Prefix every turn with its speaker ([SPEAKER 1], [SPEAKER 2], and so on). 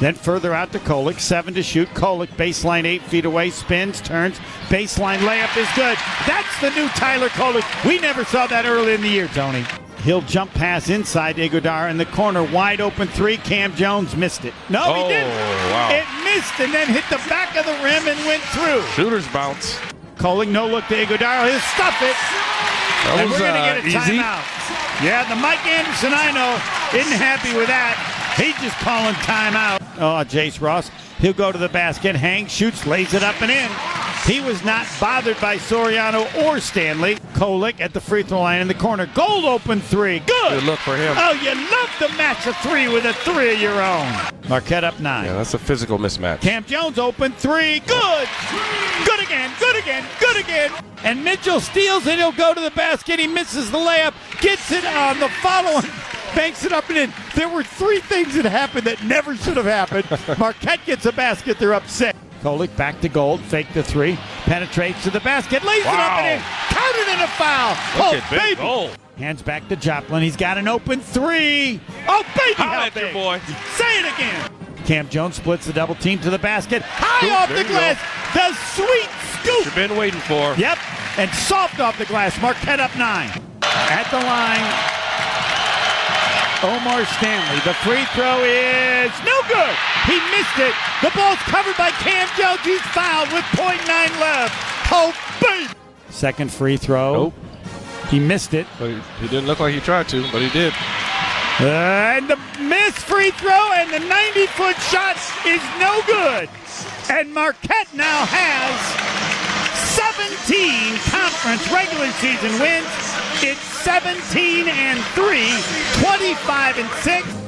[SPEAKER 1] Then further out to Kolick, seven to shoot. Kolick, baseline eight feet away, spins, turns. Baseline layup is good. That's the new Tyler Kolick. We never saw that early in the year, Tony. He'll jump pass inside Igodar in the corner, wide open three. Cam Jones missed it. No,
[SPEAKER 2] Oh,
[SPEAKER 1] he didn't.
[SPEAKER 2] wow.
[SPEAKER 1] It missed and then hit the back of the rim and went through.
[SPEAKER 2] Shooters bounce.
[SPEAKER 1] Kolick, no look to Igodar. He'll stuff it.
[SPEAKER 2] That
[SPEAKER 1] And
[SPEAKER 2] was
[SPEAKER 1] we're going
[SPEAKER 2] uh,
[SPEAKER 1] to get a
[SPEAKER 2] easy.
[SPEAKER 1] timeout. Yeah, the Mike Anderson I know isn't happy with that. He's just calling timeout. Oh, Jace Ross. He'll go to the basket, hangs, shoots, lays it up and in. He was not bothered by Soriano or Stanley. Kolick at the free throw line in the corner. Gold open three. Good.
[SPEAKER 2] Good look for him.
[SPEAKER 1] Oh, you love to match a three with a three of your own. Marquette up nine.
[SPEAKER 2] Yeah, that's a physical mismatch.
[SPEAKER 1] Camp Jones open three. Good. Good again. Good again. Good again. And Mitchell steals it. He'll go to the basket. He misses the layup. Gets it on the following. Banks it up and in. There were three things that happened that never should have happened. Marquette gets a basket. They're upset. Kolick back to gold. Fake the three. Penetrates to the basket. Lays it up
[SPEAKER 2] Wow.
[SPEAKER 1] and in. Counted in a foul.
[SPEAKER 2] Look
[SPEAKER 1] oh,
[SPEAKER 2] at Big
[SPEAKER 1] baby.
[SPEAKER 2] Gold.
[SPEAKER 1] Hands back to Joplin. He's got an open three. Oh, baby.
[SPEAKER 2] Holla
[SPEAKER 1] how
[SPEAKER 2] at your
[SPEAKER 1] big.
[SPEAKER 2] boy.
[SPEAKER 1] Say it again. Cam Jones splits the double team to the basket. High
[SPEAKER 2] Scoop,
[SPEAKER 1] off
[SPEAKER 2] there
[SPEAKER 1] the
[SPEAKER 2] you
[SPEAKER 1] glass. The sweet scoop.
[SPEAKER 2] You've been waiting for.
[SPEAKER 1] Yep. And soft off the glass. Marquette up nine. At the line. Omar Stanley. The free throw is no good. He missed it. The ball's covered by Cam Jones. He's fouled with .9 left. Oh, baby. Second free throw.
[SPEAKER 2] Nope.
[SPEAKER 1] He missed it.
[SPEAKER 2] But he, he didn't look like he tried to, but he did.
[SPEAKER 1] Uh, And the missed free throw and the 90 foot shot is no good. And Marquette now has 17 conference regular season wins. It's 17 and 3, 25 and 6.